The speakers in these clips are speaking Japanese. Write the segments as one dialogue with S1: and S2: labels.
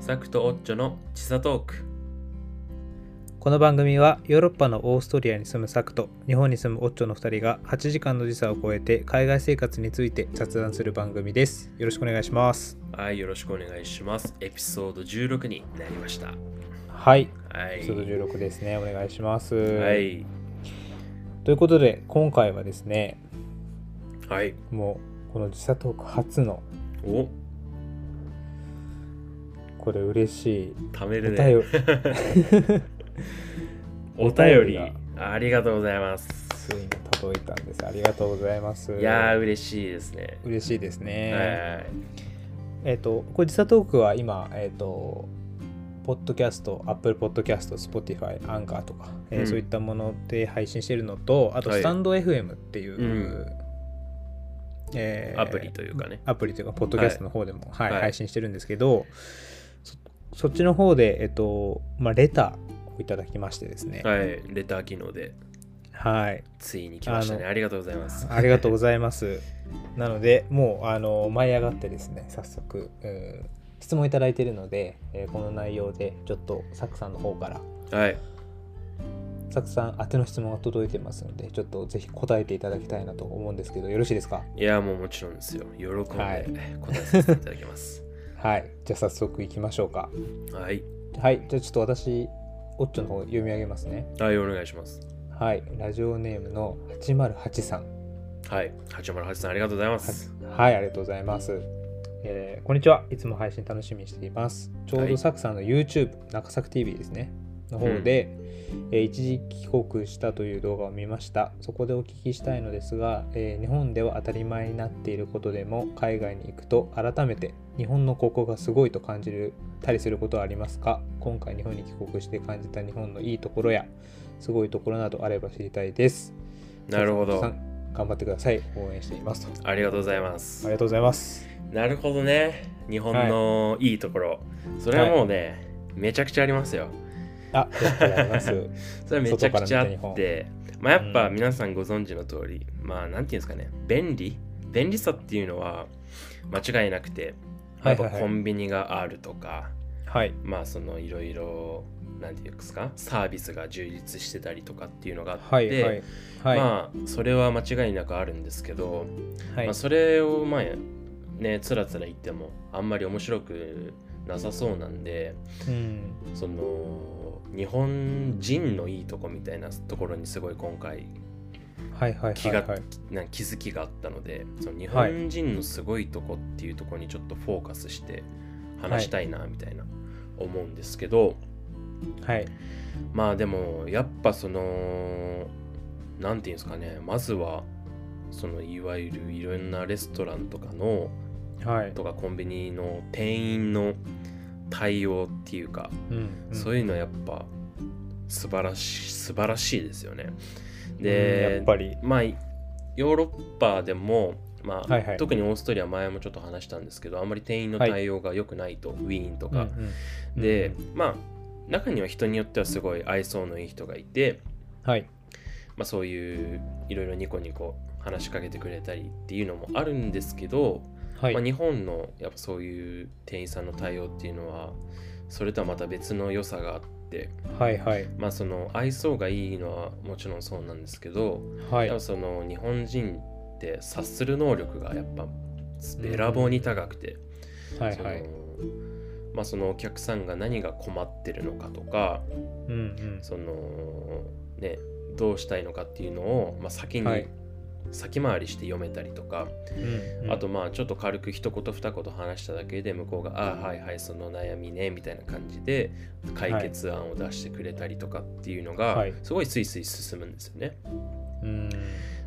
S1: サクとオッチョのちさトーク
S2: この番組はヨーロッパのオーストリアに住むサクと日本に住むオッチョの2人が8時間の時差を超えて海外生活について雑談する番組です。よろしくお願いします。
S1: はいよろしくお願いしますエピソード16になりました
S2: はい、
S1: は
S2: エ
S1: い
S2: ピソード16ですね。お願いします。
S1: はい
S2: ということで今回はですね、
S1: はい
S2: もうこの時差トーク初の
S1: お
S2: これ嬉しい
S1: 貯め
S2: お
S1: る
S2: 便
S1: ね
S2: り。
S1: お便り
S2: お便
S1: ありがとうございます
S2: ついに届いたんです。ありがとうございます。
S1: いやー嬉しいですね
S2: 嬉しいですね。
S1: はい
S2: えっ、と、これ実はトークは今、えっ、と、ポッドキャスト、Apple Podcast、Spotify、アンカーとか、えー
S1: うん
S2: そういったもので配信してるのと、あと、
S1: はい
S2: スタンド FM っていう、
S1: うん
S2: えー
S1: アプリというかね
S2: アプリというか、ポッドキャストの方でも、はい
S1: はい
S2: 配信してるんですけど、そそっちの方で、えっ、と、まあ、レターをいただきましてですね、
S1: はいレター機能で
S2: はい、
S1: ついに来ましたね
S2: あ
S1: ありがとうございます
S2: ありがとうございます。なので、もうあの舞い上がってですね、早速、うん質問いただいているので、えーこの内容でちょっとサクさんの方から、
S1: はい
S2: サクさん宛ての質問が届いてますので、ちょっとぜひ答えていただきたいなと思うんですけど、よろしいですか
S1: いやもうもちろんですよ喜んで
S2: は
S1: 答
S2: い
S1: えさせていただきます
S2: はい、じゃあ早速いきましょうか。
S1: はい
S2: はい、じゃあちょっと私、オッチョの方読み上げますね。
S1: はいお願いします
S2: はい、ラジオネームの808さん。
S1: はい八丸八さんありがとうございます
S2: はい、ありがとうございます。えーこんにちは。いつも配信楽しみにしています。ちょう
S1: はい
S2: どサクさんの YouTube、中作 TV ですね、の方で、えー一時帰国したという動画を見ました。そこでお聞きしたいのですが、えー日本では当たり前になっていることでも、海外に行くと改めて日本のここがすごいと感じるたりすることはありますか今回日本に帰国して感じた日本のいいところや、すごいところなどあれば知りたいです。
S1: なるほ
S2: サクさ
S1: ど
S2: ん頑張ってください。応援していますと。あ
S1: ありがとうございます
S2: りがとうございます。
S1: なるほどね日本のいいところ、それはもうね、めちゃくちゃありますよ
S2: あ、やっぱりあり ます。
S1: それはめちゃくちゃあ
S2: 外から
S1: っ
S2: 見た
S1: てまあやっぱ
S2: うん
S1: 皆さんご存知の通り、まあなんていうんですかね便利便利さっていうのは間違いなくて
S2: は
S1: やっ
S2: いはいはい
S1: ぱコンビニがあるとか、
S2: はい。
S1: まあそのいろいろなんていうんですかサービスが充実してたりとかっていうのがあって、
S2: はいはい。はい。
S1: まあそれは間違いなくあるんですけど、
S2: はい
S1: まあ、それをまあねつらつら言ってもあんまり面白くなさそうなんで
S2: うん。
S1: その日本人のいいとこみたいなところにすごい今回
S2: はいはい
S1: 気
S2: は
S1: が、
S2: い、はい。
S1: な気づきがあったのでその日
S2: はい
S1: 本人のすごいとこっていうところにちょっとフォーカスして話したいなみたいな思うんですけど、
S2: はい。
S1: まあでもやっぱそのなんていうんですかねまずはそのいわゆるいろんなレストランとかの
S2: はい。
S1: とかコンビニの店員の対応っていうか、
S2: うん。
S1: そう
S2: い
S1: いうのやっぱ素晴らしい素晴らしいですよね。
S2: や
S1: で
S2: っぱり。
S1: まあヨーロッパでも、まあ
S2: はいはい
S1: 特にオーストリア前もちょっと話したんですけどあんまり店員の
S2: はい
S1: 対応が良くないと、ウィーンと
S2: うん
S1: か、
S2: うん
S1: で、
S2: うん
S1: まあ中には人によってはすごい愛想のいい人がいて、
S2: はい。
S1: まあ、そういういろいろニコニコ話しかけてくれたりっていうのもあるんですけど、
S2: はい。
S1: まあ、日本のやっぱそういう店員さんの対応っていうのはそれとはまた別の良さがあって、
S2: はいはい。
S1: まあ、その愛想がいいのはもちろんそうなんですけど、
S2: はい
S1: やっぱ。その日本人って察する能力がやっぱべらぼうに高くて、
S2: はい
S1: その
S2: はい。
S1: まあ、そのお客さんが何が困ってるのかとか
S2: うんうん。
S1: そのねどうしたいのかっていうのを、まあ、先に、
S2: はい
S1: 先回りして読めたりとか、
S2: うんうん
S1: あと、まあちょっと軽く一言二言話しただけで向こうが「ああはいはいその悩みね」みたいな感じで解決案を出してくれたりとかっていうのが、
S2: はい
S1: すごいスイスイ進むんですよね。
S2: うん。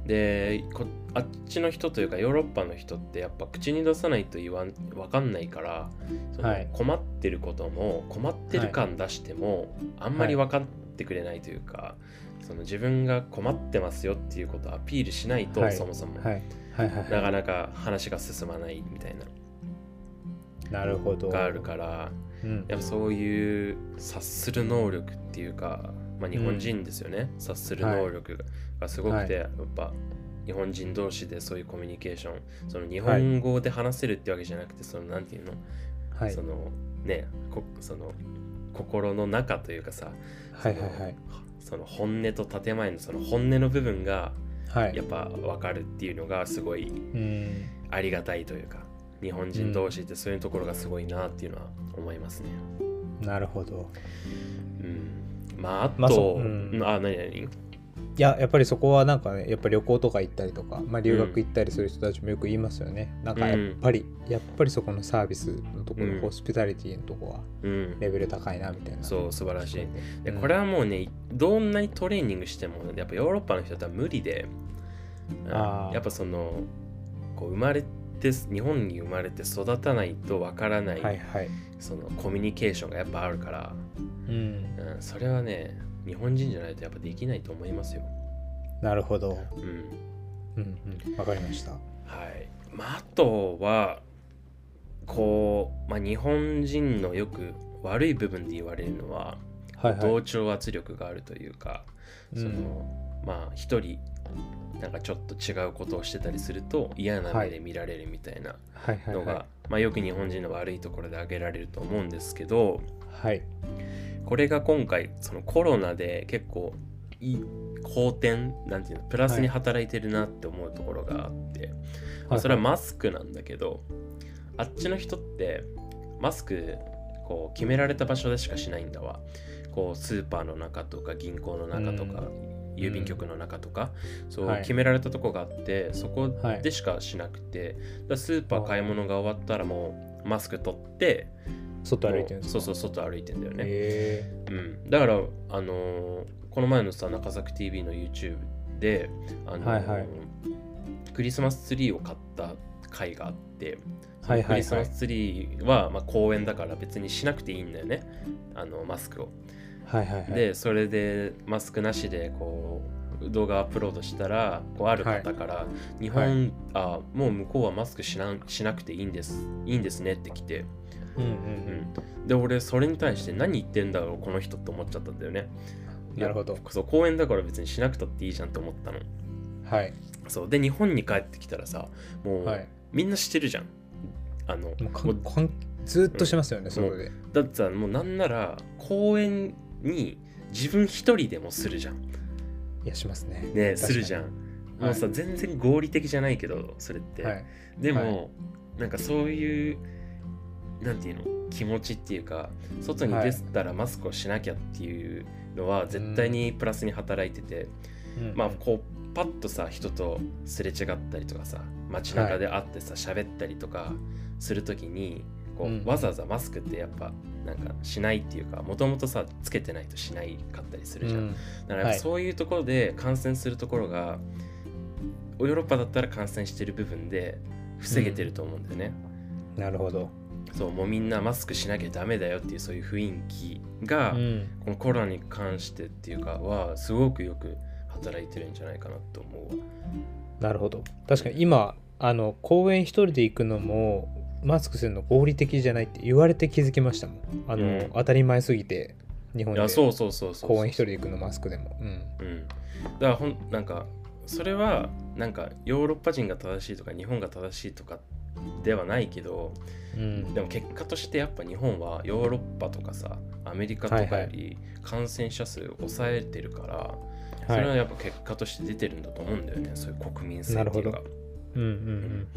S1: でこあっちの人というかヨーロッパの人ってやっぱ口に出さないと言わん分かんないからその
S2: はい
S1: 困ってることも困ってる感出してもあんまり分かってくれないというか、その自分が困ってますよっていうことをアピールしないと、
S2: はい
S1: そもそも、
S2: はい。はいはい
S1: な
S2: は。
S1: かなか話が進まないみたいない
S2: なるほど。
S1: のがあるから
S2: うん。
S1: やっぱそういう察する能力っていうか、まあ、日本人ですよね、察する能力が,、すごくて、やっぱ日本人同士でそういうコミュニケーションその日本語で話せるってわけじゃなくてそのなんていうの、
S2: はい
S1: そ。のねこその心の中というかさ
S2: はいはいはい
S1: その本音と建前のその本音の部分が
S2: はい
S1: やっぱ分かるっていうのがすごい
S2: うん
S1: ありがたいというか日本人同士ってそういうところがすごいなっていうのは思いますね。
S2: なるほど
S1: うん、まああと、
S2: まあそう
S1: う
S2: うん
S1: ん、あ何何
S2: いややっぱりそこはなんかねやっぱ旅行とか行ったりとか、まあ、留学行ったりする人たちもよく言いますよね、なんかやっぱり、やっぱりそこのサービスのところ、
S1: うん
S2: ホスピタリティのとこは
S1: うん
S2: レベル高いなみたいな
S1: そう素晴らしいで
S2: うん
S1: これはもうねどんなにトレーニングしてもやっぱヨーロッパの人とは無理で、うん
S2: あー
S1: やっぱそのこう生まれて日本に生まれて育たないとわからない、
S2: はいはい
S1: そのコミュニケーションがやっぱあるから、
S2: うん
S1: うん、それはね日本人じゃないとやっぱできないと思いますよ。
S2: なるほど
S1: うん
S2: うんうんわかりました
S1: はい、まああとはこう、まあ、日本人のよく悪い部分で言われるのは、
S2: はいは
S1: 同
S2: い
S1: 調圧力があるというかその、まあ一人なんかちょっと違うことをしてたりすると嫌な目で見られるみたいな
S2: はいはい
S1: のが、
S2: は
S1: まあ、よく日本人の悪いところで挙げられると思うんですけど
S2: いはい
S1: これが今回そのコロナで結構いい好転なんていうのプラスに働いてるなって思うところがあって。まあそれはマスクなんだけどあっちの人ってマスクこう決められた場所でしかしないんだわこうスーパーの中とか銀行の中とか、郵便局の中とか、そう
S2: はい
S1: 決められたとこがあってそこ
S2: はい
S1: でしかしなくて、だからスーパー買い物が終わったらもうマスク取って
S2: 外歩いてるんで
S1: そ
S2: す
S1: う
S2: か
S1: そう外歩いてんだよね、
S2: へ
S1: うん、だからあのーこの前のさ中崎 TV の YouTube で、あのー
S2: はいはい
S1: クリスマスツリーを買った回があって、
S2: ーはい
S1: ク
S2: はい
S1: リス
S2: は
S1: マ
S2: い
S1: スツリーは、まあ、公園だから別にしなくていいんだよねあのマスクを。
S2: はいはいはい
S1: でそれでマスクなしでこう動画アップロードしたらこうある方から、日本、あもう向こうはマスクしなしなくていいんですいいんですねって来て、
S2: うんう
S1: うんん、で俺それに対して何言ってんだろうこの人って思っちゃったんだよね。
S2: うんなるほど
S1: そう公園だから別にしなくたっていいじゃんと思ったの
S2: はい
S1: そうで日本に帰ってきたらさもう、
S2: はい
S1: みんなしてるじゃんあの
S2: もうか
S1: も
S2: ん
S1: う
S2: かんずーっとしますよねそこで
S1: だってさもうなんなら公園に自分一人でもするじゃん
S2: いやしますね
S1: ねするじゃ
S2: ん
S1: んもうさ、全然合理的じゃないけどそれって、
S2: はい
S1: でも、なんかそういうなんていうの気持ちっていうか外に出たらマスクをしなきゃっていうのは絶対にプラスに働いてて、
S2: うん
S1: まあこうパッとさ人とすれ違ったりとかさ街中で会ってさ喋、ったりとかするときにこう、
S2: うん
S1: わざわざマスクってやっぱなんかしないっていうかもともとさつけてないとしないかったりするじゃん、
S2: うん
S1: だからやっぱ
S2: はい
S1: そういうところで感染するところが、ヨーロッパだったら感染してる部分で防げてると思うんだよね、
S2: なるほど、
S1: そうもうみんなマスクしなきゃダメだよっていうそういう雰囲気が、
S2: うん
S1: このコロナに関してっていうかはすごくよく働いてるんじゃないかなと思うわ
S2: なるほど確かに今あの公園一人で行くのもマスクするの合理的じゃないって言われて気づきましたもんあの、
S1: うん
S2: 当たり前すぎて日本
S1: い
S2: で
S1: やそうそうそうそう
S2: 公園一人で行くのマスクでも、うん、
S1: うん、だからほんなんかそれはなんかヨーロッパ人が正しいとか日本が正しいとかではないけど
S2: うん
S1: でも結果としてやっぱ日本はヨーロッパとかさアメリカとかより感染者数を抑えてるから、それはやっぱ結果として出てるんだと思うんだよねそういう国民性って
S2: な
S1: いう
S2: る
S1: か
S2: ほうんうん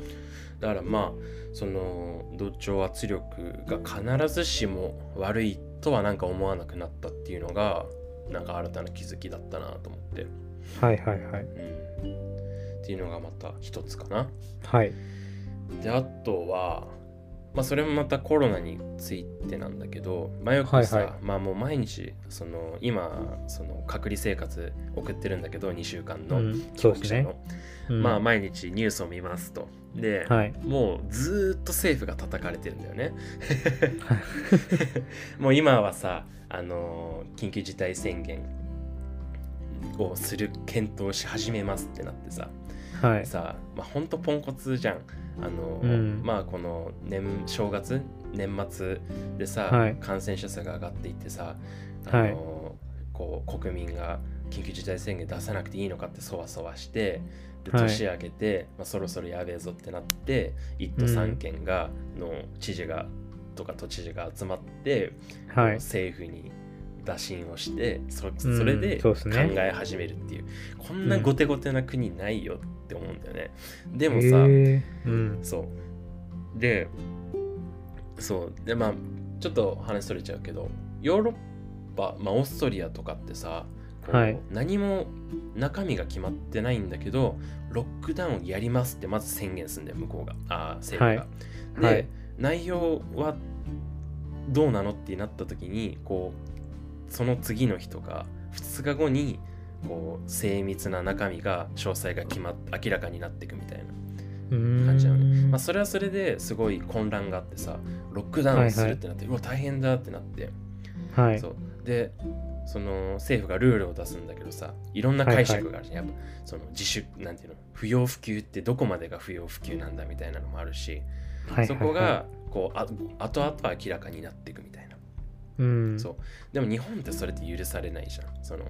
S1: だからまあその同調圧力が必ずしも悪いとはなんか思わなくなったっていうのがなんか新たな気づきだったなと思って。
S2: うんはいはいはい
S1: うんっていうのがまた一つかな。
S2: はい
S1: であとは、まあ、それもまたコロナについてなんだけど、まあ、よくさ、
S2: はいはい
S1: まあもう毎日その今その隔離生活送ってるんだけど2週間の、
S2: うんそうですね
S1: 帰国者
S2: う
S1: の
S2: ん
S1: まあ毎日ニュースを見ますと。で、
S2: はい
S1: もうずーっと政府が叩かれてるんだよ ね。もう今はさ、あのー緊急事態宣言をする検討し始めますってなってさ、
S2: はい
S1: さまあ、ほんとポンコツじゃん。あの、
S2: うん
S1: まあこの年正月年末でさ、
S2: はい
S1: 感染者数が上がっていってさ、あの
S2: はい
S1: こう国民が緊急事態宣言出さなくていいのかってそわそわしてで
S2: はい
S1: 年明けて、まあ、そろそろやべえぞってなって1都3県が、の知事がとか都知事が集まって、
S2: はい。
S1: 政府に打診をしてそ
S2: うん
S1: それで
S2: そう
S1: 考
S2: ですね
S1: え始めるっていう,、こんな
S2: うん
S1: ゴテゴテな国ないよって思うんだよね、でもさ、
S2: へーうん。
S1: そうでそうでまあちょっと話それちゃうけどヨーロッパ、まあ、オーストリアとかってさこう
S2: はい
S1: 何も中身が決まってないんだけどロックダウンやりますってまず宣言するんだよ向こうがあー政府が。で、
S2: はい
S1: 内容はどうなのってなった時にこうその次の日とか2日後にこう精密な中身が詳細が決まっ明らかになっていくみたいな。
S2: うーん
S1: 感じなのまあ、それはそれですごい混乱があってさロックダウンするってなって、うわ大変だってなって、
S2: はい。
S1: そうでその政府がルールを出すんだけどさいろんな解釈があるじゃん、やっぱその自主なんていうの不要不急ってどこまでが不要不急なんだみたいなのもあるし、
S2: はい
S1: そこ、がこうあ後々明らかになっていくみたいな
S2: うん。
S1: そうでも日本ってそれって許されないじゃんその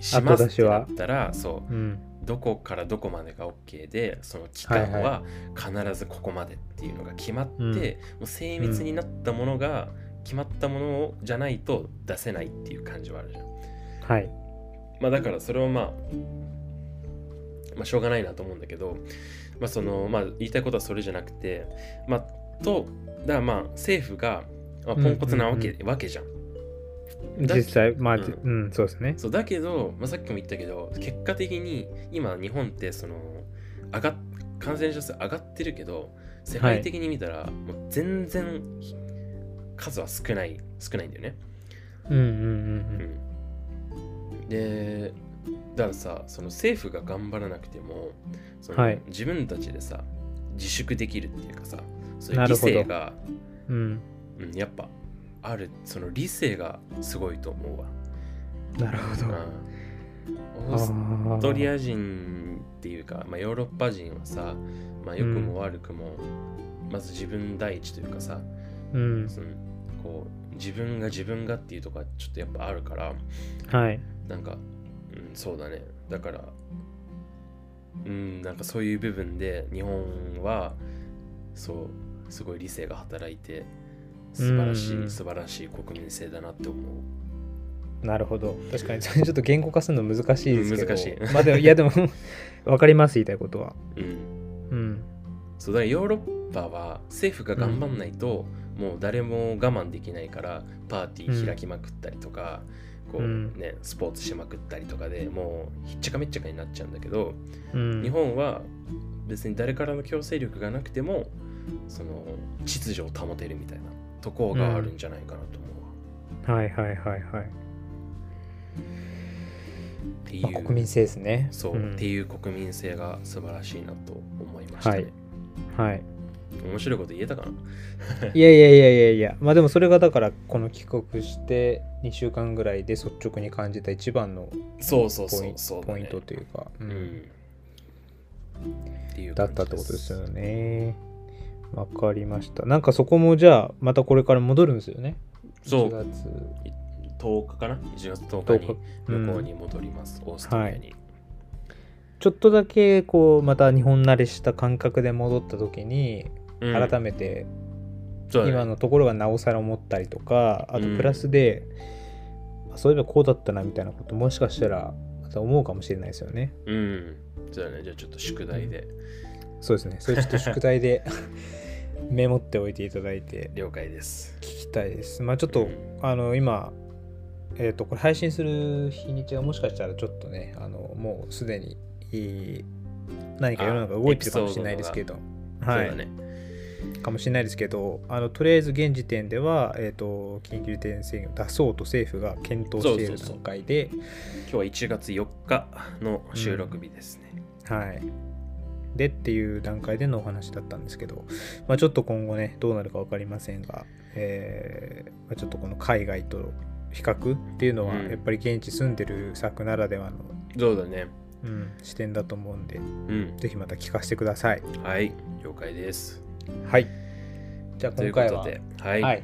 S1: し
S2: 後
S1: ます
S2: 出
S1: っ
S2: して
S1: な
S2: は
S1: ったらそう
S2: うん。
S1: どこからどこまでが OK でその期間
S2: はい
S1: は必ずここまでっていうのが決まって、
S2: うん
S1: もう精密になったものが決まったものをじゃないと出せないっていう感じはあるじゃん、
S2: はい。
S1: まあ、だからそれはまあ、まあ、しょうがないなと思うんだけど、まあそのまあ、言いたいことはそれじゃなくて、まあ、とだからまあ政府が、まあ、ポンコツなわけ,、
S2: うん
S1: わけじゃんだ
S2: 実際、まあ、
S1: うん
S2: うん、そうですね。
S1: そうだけど、まあ、さっきも言ったけど結果的に今日本ってその上がっ感染者数上がってるけど世界的に見たら、もう全然ひ数は少ない少ないんだよね。
S2: うんうん
S1: うん、でだからさその政府が頑張らなくてもその、
S2: はい
S1: 自分たちでさ自粛できるっていうかさそういう
S2: な
S1: 理
S2: るほど
S1: 性が、
S2: うんうん。
S1: うん、やっぱあるその理性がすごいと思うわ。
S2: うん。なるほど。
S1: うんオースオーストリ
S2: ア。
S1: ア人っていうか、まあ、ヨーロッパ人はさ、まあ、良くも悪くも、まず自分第一というかさ
S2: うん。
S1: そのこう自分が自分がっていうとこはちょっとやっぱあるから
S2: はい。
S1: なんか、うん、そうだねだからうんなんかそういう部分で日本はそうすごい理性が働いて素晴らしい、
S2: うん
S1: 素晴らしい国民性だなって思う
S2: なるほど。確かに、それちょっと言語化するの難しいですけど。
S1: 難しい
S2: まあ、でも、いや、でも、 わかります、言いたいことは。
S1: うん
S2: うん。
S1: そうだからヨーロッパは政府が頑張んないと、もう誰も我慢できないからパーティー開きまくったりとか、こ
S2: うん
S1: うね、スポーツしまくったりとかでもうひっちゃかめっちゃかになっちゃうんだけど、
S2: うん。
S1: 日本は別に誰からの強制力がなくてもその秩序を保てるみたいなとこがあるんじゃないかなと思うわ、
S2: はいはいはいはい。
S1: ってい
S2: ま
S1: う、
S2: あ、国民性ですね。
S1: そう、
S2: ん
S1: っていう国民性が素晴らしいなと思いましたね、
S2: はい はい。
S1: 面白いこと言えたかない
S2: やいやいやいやいや、まあでもそれがだから、この帰国して2週間ぐらいで率直に感じた一番の
S1: そうそう
S2: ポ
S1: そ
S2: イ
S1: う
S2: ン
S1: そうだ
S2: ポイ
S1: ね
S2: ントというか、う、
S1: うんんっていう感
S2: だっ
S1: じ
S2: たってことですよね。わかりました。なんかそこもじゃあ、またこれから戻るんですよね。
S1: そう
S2: 1月
S1: 10日かな1月10日
S2: 10日
S1: に
S2: うん
S1: 向こうに戻ります、オーストラリアに、
S2: ちょっとだけこうまた日本慣れした感覚で戻った時に
S1: うん
S2: 改めて
S1: そうだね
S2: 今のところがなおさら思ったりとかあと
S1: うん
S2: プラスで、あそういえばこうだったなみたいなこともしかしたらまた思うかもしれないですよね。
S1: うんそうだねじゃあちょっと宿題で
S2: そうですね。それちょっと宿題で メモっておいていただいて
S1: 了解です
S2: 聞きたいです。まあちょっ
S1: う
S2: と、
S1: ん
S2: あの今、えっ、と、これ配信する日にちがもしかしたらちょっとね、あのもうすでにいい何か世の中動いてるかもしれないですけど、は
S1: そう
S2: い、
S1: だね
S2: かもしれないですけど、あのとりあえず現時点では、えっ、と、緊急事態宣言を出そうと政府が検討してい
S1: そう
S2: る
S1: そうそう
S2: 段階で、
S1: 今日は1月4日の収録日ですね、
S2: はい。でっていう段階でのお話だったんですけど、まあ、ちょっと今後ね、どうなるか分かりませんが、えーまあ、ちょっとこの海外と比較っていうのは、
S1: うん
S2: やっぱり現地住んでる作ならではの、
S1: そうだね
S2: うん視点だと思うんで、
S1: うん
S2: ぜひまた聞かせてください。
S1: はい了解です
S2: はい。じゃあ
S1: とい
S2: 今
S1: うこ
S2: 回
S1: と
S2: は、
S1: ではい
S2: はい、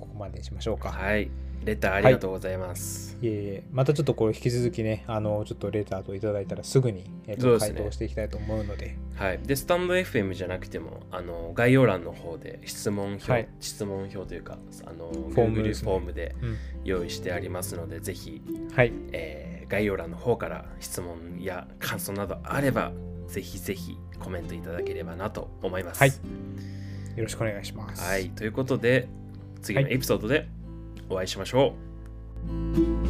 S2: ここまでにしましょうか。
S1: はいレターありがとうございます、
S2: いえいえまたちょっとこれ引き続きね、あのちょっとレターといただいたらすぐに、えー
S1: そう
S2: と
S1: です
S2: 回
S1: ね
S2: 答していきたいと思うので、
S1: はい、でスタンド FM じゃなくてもあの概要欄の方で質問票、
S2: はい
S1: 質問票というかあのフォ
S2: ォームです
S1: フ
S2: ね
S1: ォームで
S2: うん
S1: 用意してありますので、ぜひ、
S2: はい
S1: えー概要欄の方から質問や感想などあればぜひぜひコメントいただければなと思います。
S2: はいよろしくお願いします
S1: はいということで次のエピソードでお会いしましょう。